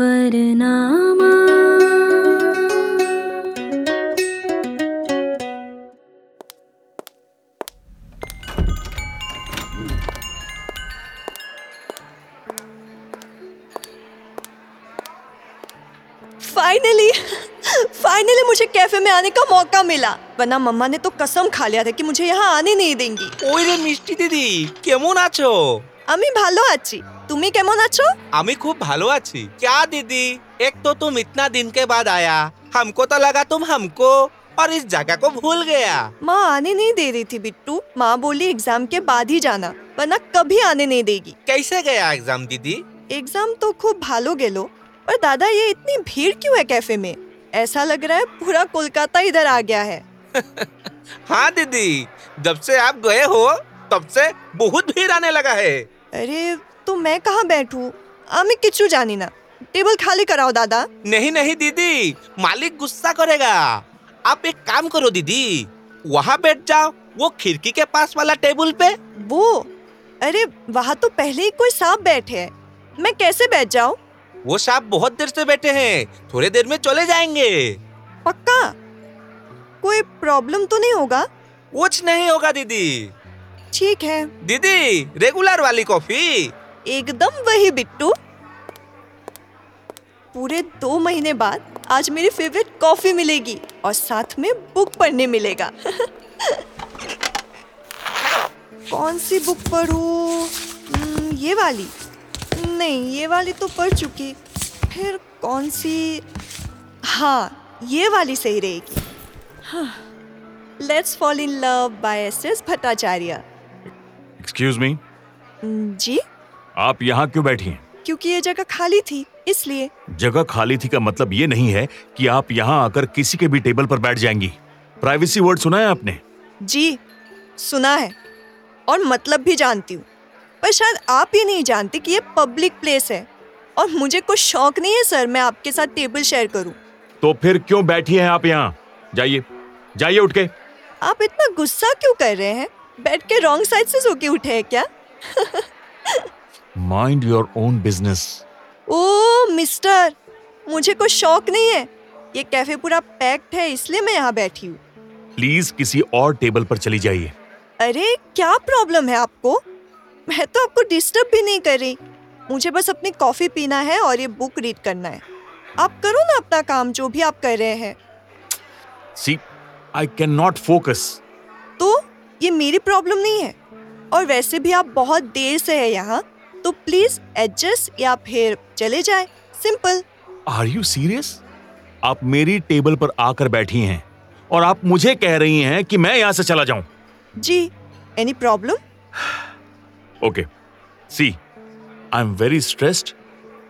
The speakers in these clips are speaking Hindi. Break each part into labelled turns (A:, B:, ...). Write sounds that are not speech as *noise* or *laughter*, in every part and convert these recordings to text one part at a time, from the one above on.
A: सफरनामा
B: फाइनली फाइनली मुझे कैफे में आने का मौका मिला वरना मम्मा ने तो कसम खा लिया था कि मुझे यहाँ आने नहीं देंगी
C: ওই রে মিষ্টি দিদি কেমন আছো
B: আমি ভালো আছি তুমি কেমন আছো
C: আমি খুব ভালো আছি क्या दीदी एक तो तुम इतना दिन के बाद आया हमको तो लगा तुम हमको और इस जगह को भूल गया
B: माँ आने नहीं दे रही थी बिट्टू माँ बोली एग्जाम के बाद ही जाना वरना कभी आने नहीं देगी
C: कैसे गया एग्जाम दीदी
B: एग्जाम तो खूब भालो गेलो पर दादा ये इतनी भीड़ क्यों है कैफे में ऐसा लग रहा है पूरा कोलकाता इधर आ गया है
C: हाँ दीदी जब से आप गए हो तब से बहुत भीड़ आने लगा है
B: अरे तो मैं कहाँ बैठूं আমি কিছু জানি না টেবিল খালি कराओ দাদা
C: नहीं नहीं दीदी मालिक गुस्सा करेगा आप एक काम करो दीदी वहाँ बैठ जाओ वो खिड़की के पास वाला टेबल पे
B: वो अरे वहाँ तो पहले ही कोई सांप बैठे है मैं कैसे बैठ जाऊं
C: वो सांप बहुत देर से बैठे हैं थोड़े देर में चले जाएंगे
B: पक्का कोई प्रॉब्लम तो नहीं होगा
C: कुछ नहीं होगा दीदी
B: ठीक है
C: दीदी रेगुलर वाली कॉफी
B: एकदम वही बिट्टू पूरे दो महीने बाद आज मेरी फेवरेट कॉफी मिलेगी और साथ में बुक पढ़ने मिलेगा *laughs* कौन सी बुक पढ़ूं हम्म, ये वाली नहीं ये वाली तो पढ़ चुकी फिर कौन सी हाँ ये वाली सही रहेगी हाँ, let's fall in love by S S Bhattacharya
D: excuse me
B: हम्म, जी
D: आप यहाँ क्यों बैठी हैं
B: क्योंकि ये जगह खाली थी इसलिए
D: जगह खाली थी का मतलब ये नहीं है कि आप यहाँ आकर किसी के भी टेबल पर बैठ जाएंगी प्राइवेसी वर्ड सुना है आपने
B: जी सुना है और मतलब भी जानती हूँ पर शायद आप ये नहीं जानते कि ये पब्लिक प्लेस है और मुझे कुछ शौक नहीं है सर मैं आपके साथ टेबल शेयर करूँ
D: तो फिर क्यों बैठी हैं आप यहाँ जाइए जाइए उठ के
B: आप इतना गुस्सा क्यों कर रहे हैं बैठ के रॉन्ग साइड से सो के उठे हैं क्या
D: mind your own business
B: oh mister मुझे कोई शौक नहीं है ये कैफे पूरा पैक्ड है इसलिए मैं यहाँ बैठी हूँ
D: प्लीज किसी और टेबल पर चली जाइए
B: अरे क्या प्रॉब्लम है आपको मैं तो आपको डिस्टर्ब भी नहीं कर रही मुझे बस अपनी कॉफ़ी पीना है और ये बुक रीड करना है आप करो ना अपना काम जो भी आप कर रहे हैं
D: see I can not focus
B: तो ये मेरी प्रॉब्लम नहीं है और वैसे भी आप बहुत देर से है यहाँ तो प्लीज़ एडजस्ट या फिर चले जाए सिंपल
D: आर यू सीरियस आप मेरी टेबल पर आकर बैठी हैं और आप मुझे कह रही हैं कि मैं यहाँ से चला जाऊं
B: जी any problem
D: okay see I am very stressed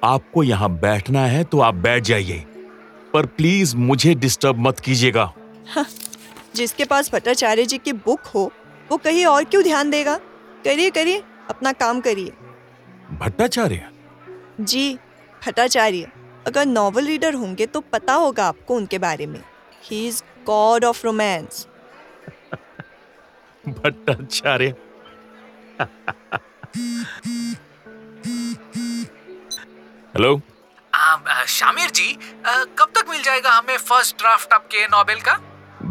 D: आपको यहाँ बैठना है तो आप बैठ जाइए पर प्लीज मुझे डिस्टर्ब मत कीजिएगा
B: जिसके पास भट्टाचार्य जी की बुक हो वो कहीं और क्यों ध्यान देगा करिए करिए अपना काम करिए
D: भट्टाचार्य
B: जी भट्टाचार्य अगर नॉवल रीडर होंगे तो पता होगा आपको उनके बारे में he is god of romance
D: Bhattacharya hello
E: um, ah, हाँ, शामिर जी आ, कब तक मिल जाएगा हमें फर्स्ट ड्राफ्ट आपके नॉवेल का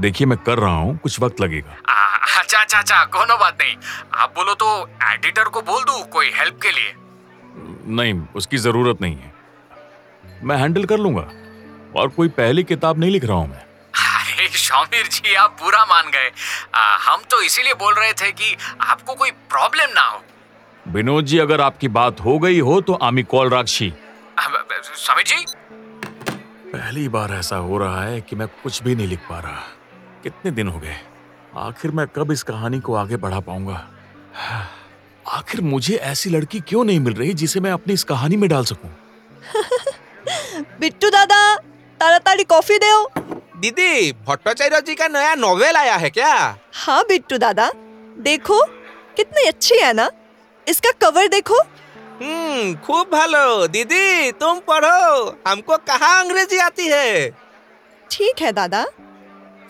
D: देखिए मैं कर रहा हूँ कुछ वक्त लगेगा
E: आ, अच्छा अच्छा अच्छा कोनो बात नहीं आप बोलो तो एडिटर को बोल दूं कोई हेल्प के लिए
D: नहीं उसकी जरूरत नहीं है मैं हैंडल कर लूंगा और कोई पहली किताब नहीं लिख रहा हूँ मैं
E: अरे शामिर जी आप बुरा मान गए आ, हम तो इसीलिए बोल रहे थे कि आपको कोई प्रॉब्लम ना हो
D: विनोद जी अगर आपकी बात हो गई हो तो आमी कॉल राक्षी
E: अब, अब, समीर जी
D: पहली बार ऐसा हो रहा है कि मैं कुछ भी नहीं लिख पा रहा कितने दिन हो गए आखिर मैं कब इस कहानी को आगे बढ़ा पाऊंगा आखिर मुझे ऐसी लड़की क्यों नहीं मिल रही जिसे मैं अपनी इस कहानी में डाल सकूं
B: बिट्टू दादा तारा तारी कॉफी दो
C: दीदी भट्टाचार्य जी का नया नॉवेल आया है क्या
B: हाँ बिट्टू दादा देखो कितनी अच्छी है ना इसका कवर देखो
C: हम्म खूब भालो दीदी तुम पढ़ो हमको कहाँ अंग्रेजी आती है
B: ठीक है दादा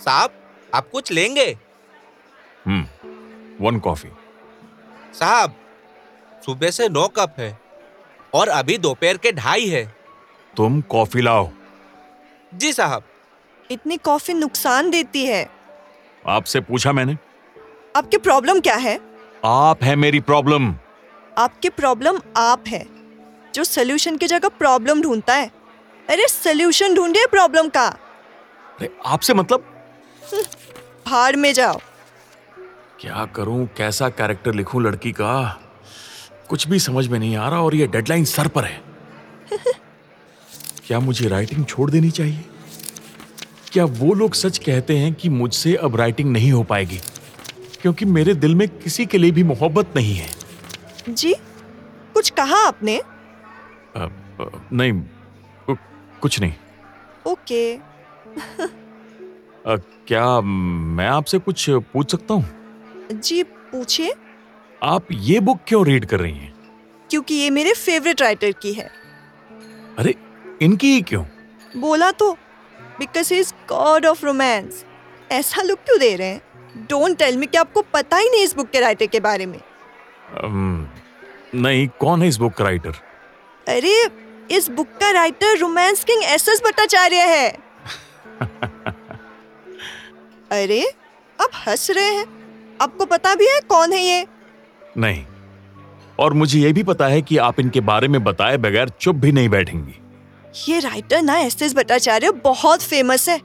C: साहब आप कुछ लेंगे
D: हम्म वन कॉफी
C: साहब सुबह से नौ कप है और अभी दोपहर के ढाई है
D: तुम कॉफी लाओ
C: जी साहब
B: इतनी कॉफी नुकसान देती है
D: आपसे पूछा मैंने
B: आपकी प्रॉब्लम क्या है
D: आप है मेरी प्रॉब्लम
B: आपकी प्रॉब्लम आप है जो सोल्यूशन की जगह प्रॉब्लम ढूंढता है अरे सोल्यूशन ढूंढिए प्रॉब्लम का
D: अरे आपसे मतलब
B: भाड़ में जाओ
D: क्या करूं कैसा कैरेक्टर लिखूं लड़की का कुछ भी समझ में नहीं आ रहा और ये डेडलाइन सर पर है क्या मुझे राइटिंग छोड़ देनी चाहिए क्या वो लोग सच कहते हैं कि मुझसे अब राइटिंग नहीं हो पाएगी क्योंकि मेरे दिल में किसी के लिए भी मोहब्बत नहीं है
B: जी कुछ कहा आपने
D: अ, अ, नहीं कु- कुछ नहीं
B: ओके
D: अ, क्या मैं आपसे कुछ पूछ सकता हूँ
B: जी पूछिए
D: आप ये बुक क्यों रीड कर रही हैं
B: क्योंकि ये मेरे फेवरेट राइटर की है
D: अरे इनकी ही क्यों
B: बोला तो because is god of romance ऐसा लुक क्यों दे रहे हैं डोंट टेल मी कि आपको पता ही नहीं इस बुक के राइटर के बारे में
D: अम्म, नहीं कौन है इस बुक का राइटर
B: अरे इस बुक का writer romance king S S Bhattacharya है अरे आप हंस रहे हैं आपको पता भी है कौन है ये
D: नहीं और मुझे ये भी पता है कि आप इनके बारे में बताए बगैर चुप भी नहीं बैठेंगी
B: ये राइटर ना एस एस भट्टाचार्य बहुत फेमस है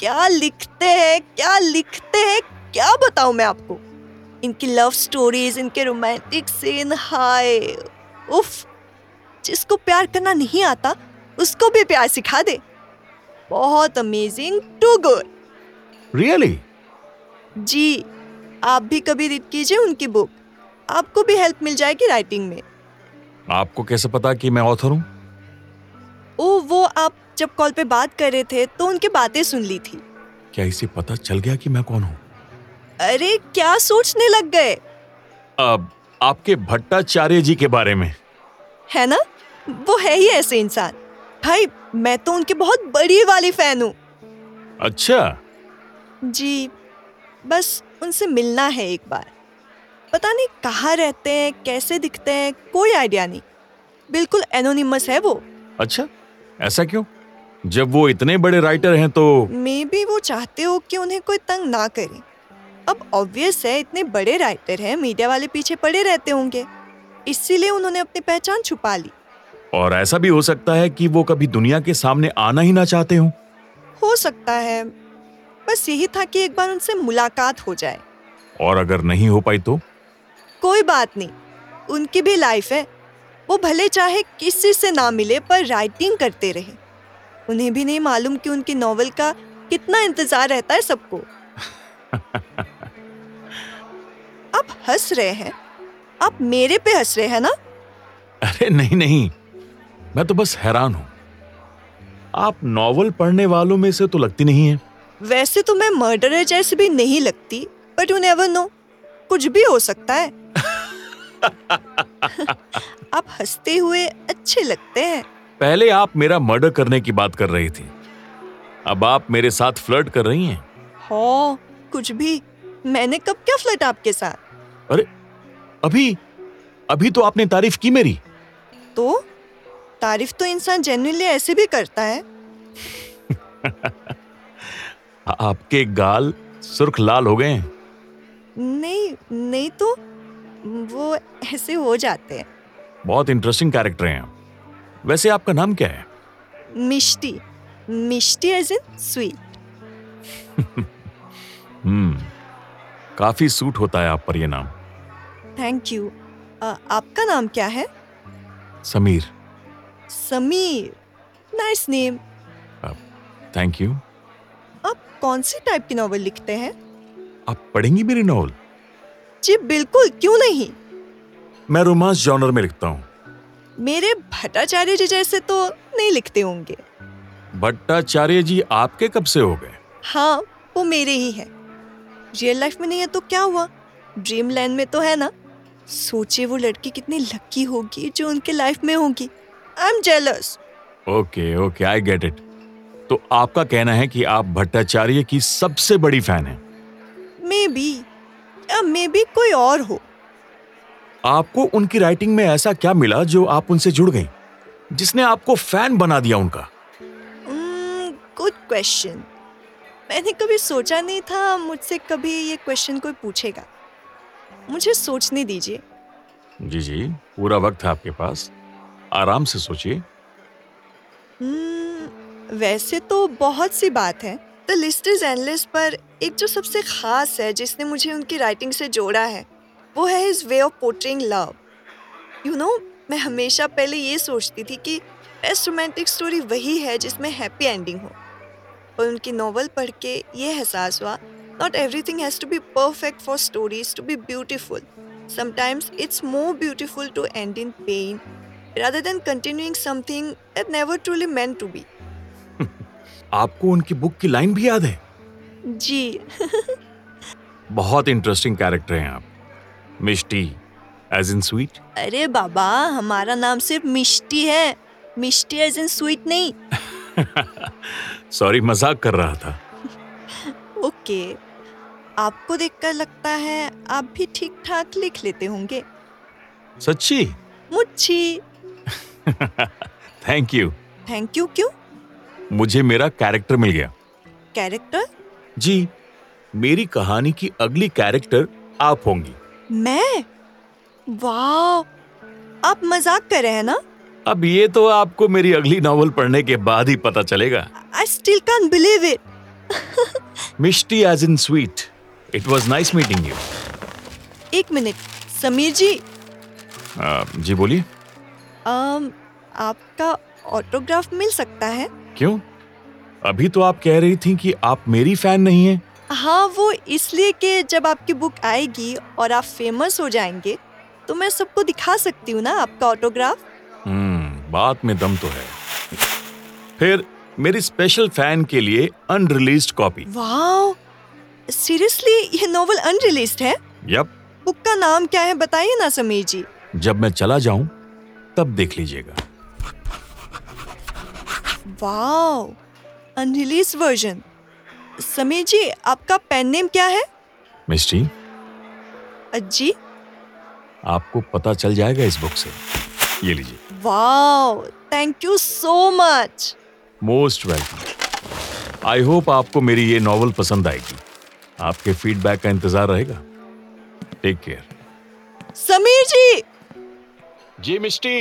B: क्या लिखते हैं क्या लिखते हैं क्या बताऊं मैं आपको इनकी लव स्टोरीज इनके रोमांटिक सीन हाय उफ जिसको प्यार करना नहीं आता उसको भी प्यार सिखा दे बहुत अमेजिंग टू गुड
D: रियली
B: जी आप भी कभी रीड कीजिए उनकी बुक आपको भी हेल्प मिल जाएगी राइटिंग में
D: आपको कैसे पता कि मैं ऑथर हूँ
B: ओ वो आप जब कॉल पे बात कर रहे थे तो उनकी बातें सुन ली थी
D: क्या इसे पता चल गया कि मैं कौन हूँ
B: अरे क्या सोचने लग गए
D: अब आपके भट्टाचार्य जी के बारे में
B: है ना वो है ही ऐसे इंसान भाई मैं तो उनके बहुत बड़ी वाली फैन हूँ
D: अच्छा
B: जी बस उनसे मिलना है एक बार पता नहीं कहाँ रहते हैं कैसे दिखते हैं कोई आइडिया नहीं बिल्कुल एनोनिमस है वो
D: अच्छा ऐसा क्यों जब वो इतने बड़े राइटर हैं तो
B: मे बी वो चाहते हो कि उन्हें कोई तंग ना करे अब ऑब्वियस है इतने बड़े राइटर हैं मीडिया वाले पीछे पड़े रहते होंगे इसीलिए उन्होंने अपनी पहचान छुपा ली
D: और ऐसा भी हो सकता है कि वो कभी दुनिया के सामने आना ही ना चाहते हों
B: हो सकता है बस यही था कि एक बार उनसे मुलाकात हो जाए
D: और अगर नहीं हो पाई तो
B: कोई बात नहीं उनकी भी लाइफ है वो भले चाहे किसी से ना मिले पर राइटिंग करते रहे उन्हें भी नहीं मालूम कि उनकी नॉवल का कितना इंतजार रहता है सबको आप हंस रहे हैं आप मेरे पे हंस रहे हैं ना
D: अरे नहीं नहीं मैं तो बस हैरान हूं आप नॉवल पढ़ने वालों में से तो लगती नहीं है
B: वैसे तो मैं मर्डरर जैसी भी नहीं लगती बट यू नेवर नो कुछ भी हो सकता है आप हंसते हुए अच्छे लगते हैं
D: पहले आप मेरा मर्डर करने की बात कर रही थी अब आप मेरे साथ फ्लर्ट कर रही हैं
B: हो हाँ, कुछ भी मैंने कब क्या फ्लर्ट आपके साथ
D: अरे अभी अभी तो आपने तारीफ की मेरी
B: तो तारीफ तो इंसान जेन्युइनली ऐसे भी करता है
D: आ- आपके गाल सुर्ख लाल हो गए हैं
B: नहीं नहीं तो वो ऐसे हो जाते हैं
D: बहुत इंटरेस्टिंग कैरेक्टर हैं आप वैसे आपका नाम क्या है
B: Mishti Mishti as in sweet
D: हम्म काफी सूट होता है आप पर ये नाम
B: थैंक यू आपका नाम क्या है
D: Sameer
B: Sameer nice name
D: thank you
B: आप कौन सी टाइप की नॉवल लिखते हैं
D: आप पढ़ेंगी मेरी नॉवल
B: जी बिल्कुल क्यों नहीं
D: मैं रोमांस जॉनर में लिखता हूँ
B: मेरे भट्टाचार्य जी जैसे तो नहीं लिखते होंगे
D: भट्टाचार्य जी आपके कब से हो गए
B: हाँ वो मेरे ही है रियल लाइफ में नहीं है तो क्या हुआ ड्रीम लैंड में तो है ना सोचिए वो लड़की कितनी लकी होगी जो उनके लाइफ में होगी I am jealous
D: okay okay I get it तो आपका कहना है कि आप भट्टाचार्य की सबसे बड़ी फैन हैं
B: मे बी या मे बी कोई और हो
D: आपको उनकी राइटिंग में ऐसा क्या मिला जो आप उनसे जुड़ गई जिसने आपको फैन बना दिया उनका
B: गुड क्वेश्चन Hmm, मैंने कभी सोचा नहीं था मुझसे कभी ये क्वेश्चन कोई पूछेगा मुझे सोचने दीजिए
D: जी जी पूरा वक्त है आपके पास आराम से सोचिए
B: हम्म, वैसे तो बहुत सी बात है द लिस्ट इज एंडलेस पर एक जो सबसे खास है जिसने मुझे उनकी राइटिंग से जोड़ा है वो है is way of portraying love you know मैं हमेशा पहले ये सोचती थी कि बेस्ट रोमांटिक स्टोरी वही है जिसमें हैप्पी एंडिंग हो पर उनकी नॉवल पढ़ के ये एहसास हुआ not everything has to be perfect for stories to be beautiful sometimes it's more beautiful to end in pain rather than continuing something that never truly meant to be.
D: आपको उनकी बुक की लाइन भी याद है
B: जी
D: बहुत इंटरेस्टिंग कैरेक्टर हैं आप मिष्टी एज इन स्वीट
B: अरे बाबा हमारा नाम सिर्फ मिष्टी है मिष्टी एज इन स्वीट नहीं
D: सॉरी मजाक कर रहा था
B: ओके आपको देखकर लगता है आप भी ठीक ठाक लिख लेते होंगे
D: सच्ची
B: मुच्छी
D: थैंक यू
B: थैंक यू क्यों
D: मुझे मेरा कैरेक्टर मिल गया
B: कैरेक्टर
D: जी मेरी कहानी की अगली कैरेक्टर आप होंगी
B: मैं वाह आप मजाक कर रहे हैं ना
D: अब ये तो आपको मेरी अगली नॉवल पढ़ने के बाद ही पता चलेगा
B: I still can't believe it
D: Mishti as in sweet it was nice meeting you
B: एक मिनट समीर जी
D: जी बोलिए
B: अम, आपका ऑटोग्राफ मिल सकता है
D: क्यों अभी तो आप कह रही थी कि आप मेरी फैन नहीं है
B: हाँ वो इसलिए कि जब आपकी बुक आएगी और आप फेमस हो जाएंगे तो मैं सबको दिखा सकती हूँ ना आपका ऑटोग्राफ
D: हम्म बात में दम तो है फिर मेरी स्पेशल फैन के लिए अनरिलीज्ड कॉपी
B: वाओ सीरियसली ये नोवेल अनरिलीज्ड है
D: यप
B: बुक का नाम क्या है बताइए ना समीर जी
D: जब मैं चला जाऊं तब देख लीजिएगा
B: wow unreleased version Sameer ji आपका पेन नेम क्या है
D: मिस्टी
B: अज्जी
D: आपको पता चल जाएगा इस बुक से ये लीजिए
B: wow thank you so much
D: most welcome I hope आपको मेरी ये नॉवल पसंद आएगी आपके फीडबैक का इंतजार रहेगा टेक केयर
B: समीर जी
D: जी मिस्टी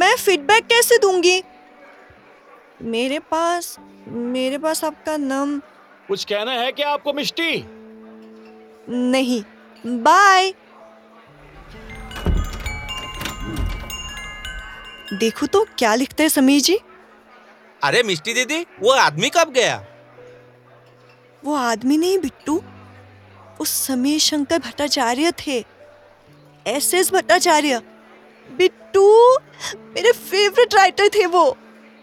B: मैं फीडबैक कैसे दूंगी मेरे पास मेरे पास आपका नम
D: कुछ कहना है क्या आपको मिस्टी
B: नहीं बाय देखो तो क्या लिखते हैं समीर जी
C: अरे मिष्टी दीदी वो आदमी कब गया
B: वो आदमी नहीं बिट्टू वो समीर शंकर भट्टाचार्य थे एस एस भट्टाचार्य बिट्टू मेरे फेवरेट राइटर थे वो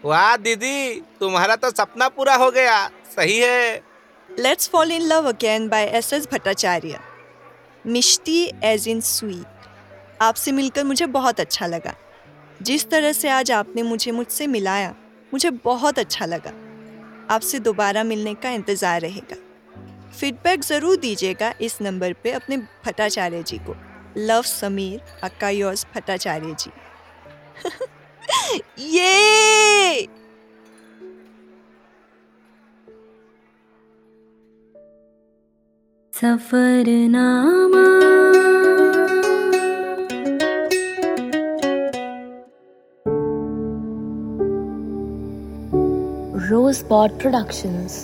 C: वाह दीदी तुम्हारा तो सपना पूरा हो गया सही है
B: Let's Fall in Love Again by S Bhattacharya Mishti as in sweet आपसे मिलकर मुझे बहुत अच्छा लगा जिस तरह से आज आपने मुझे मुझसे मिलाया मुझे बहुत अच्छा लगा आपसे दोबारा मिलने का इंतज़ार रहेगा फीडबैक ज़रूर दीजिएगा इस नंबर पे अपने भट्टाचार्य जी को love Sameer aka yours Bhattacharya जी *laughs* ये
A: सफरनामा
F: Rosebud Productions.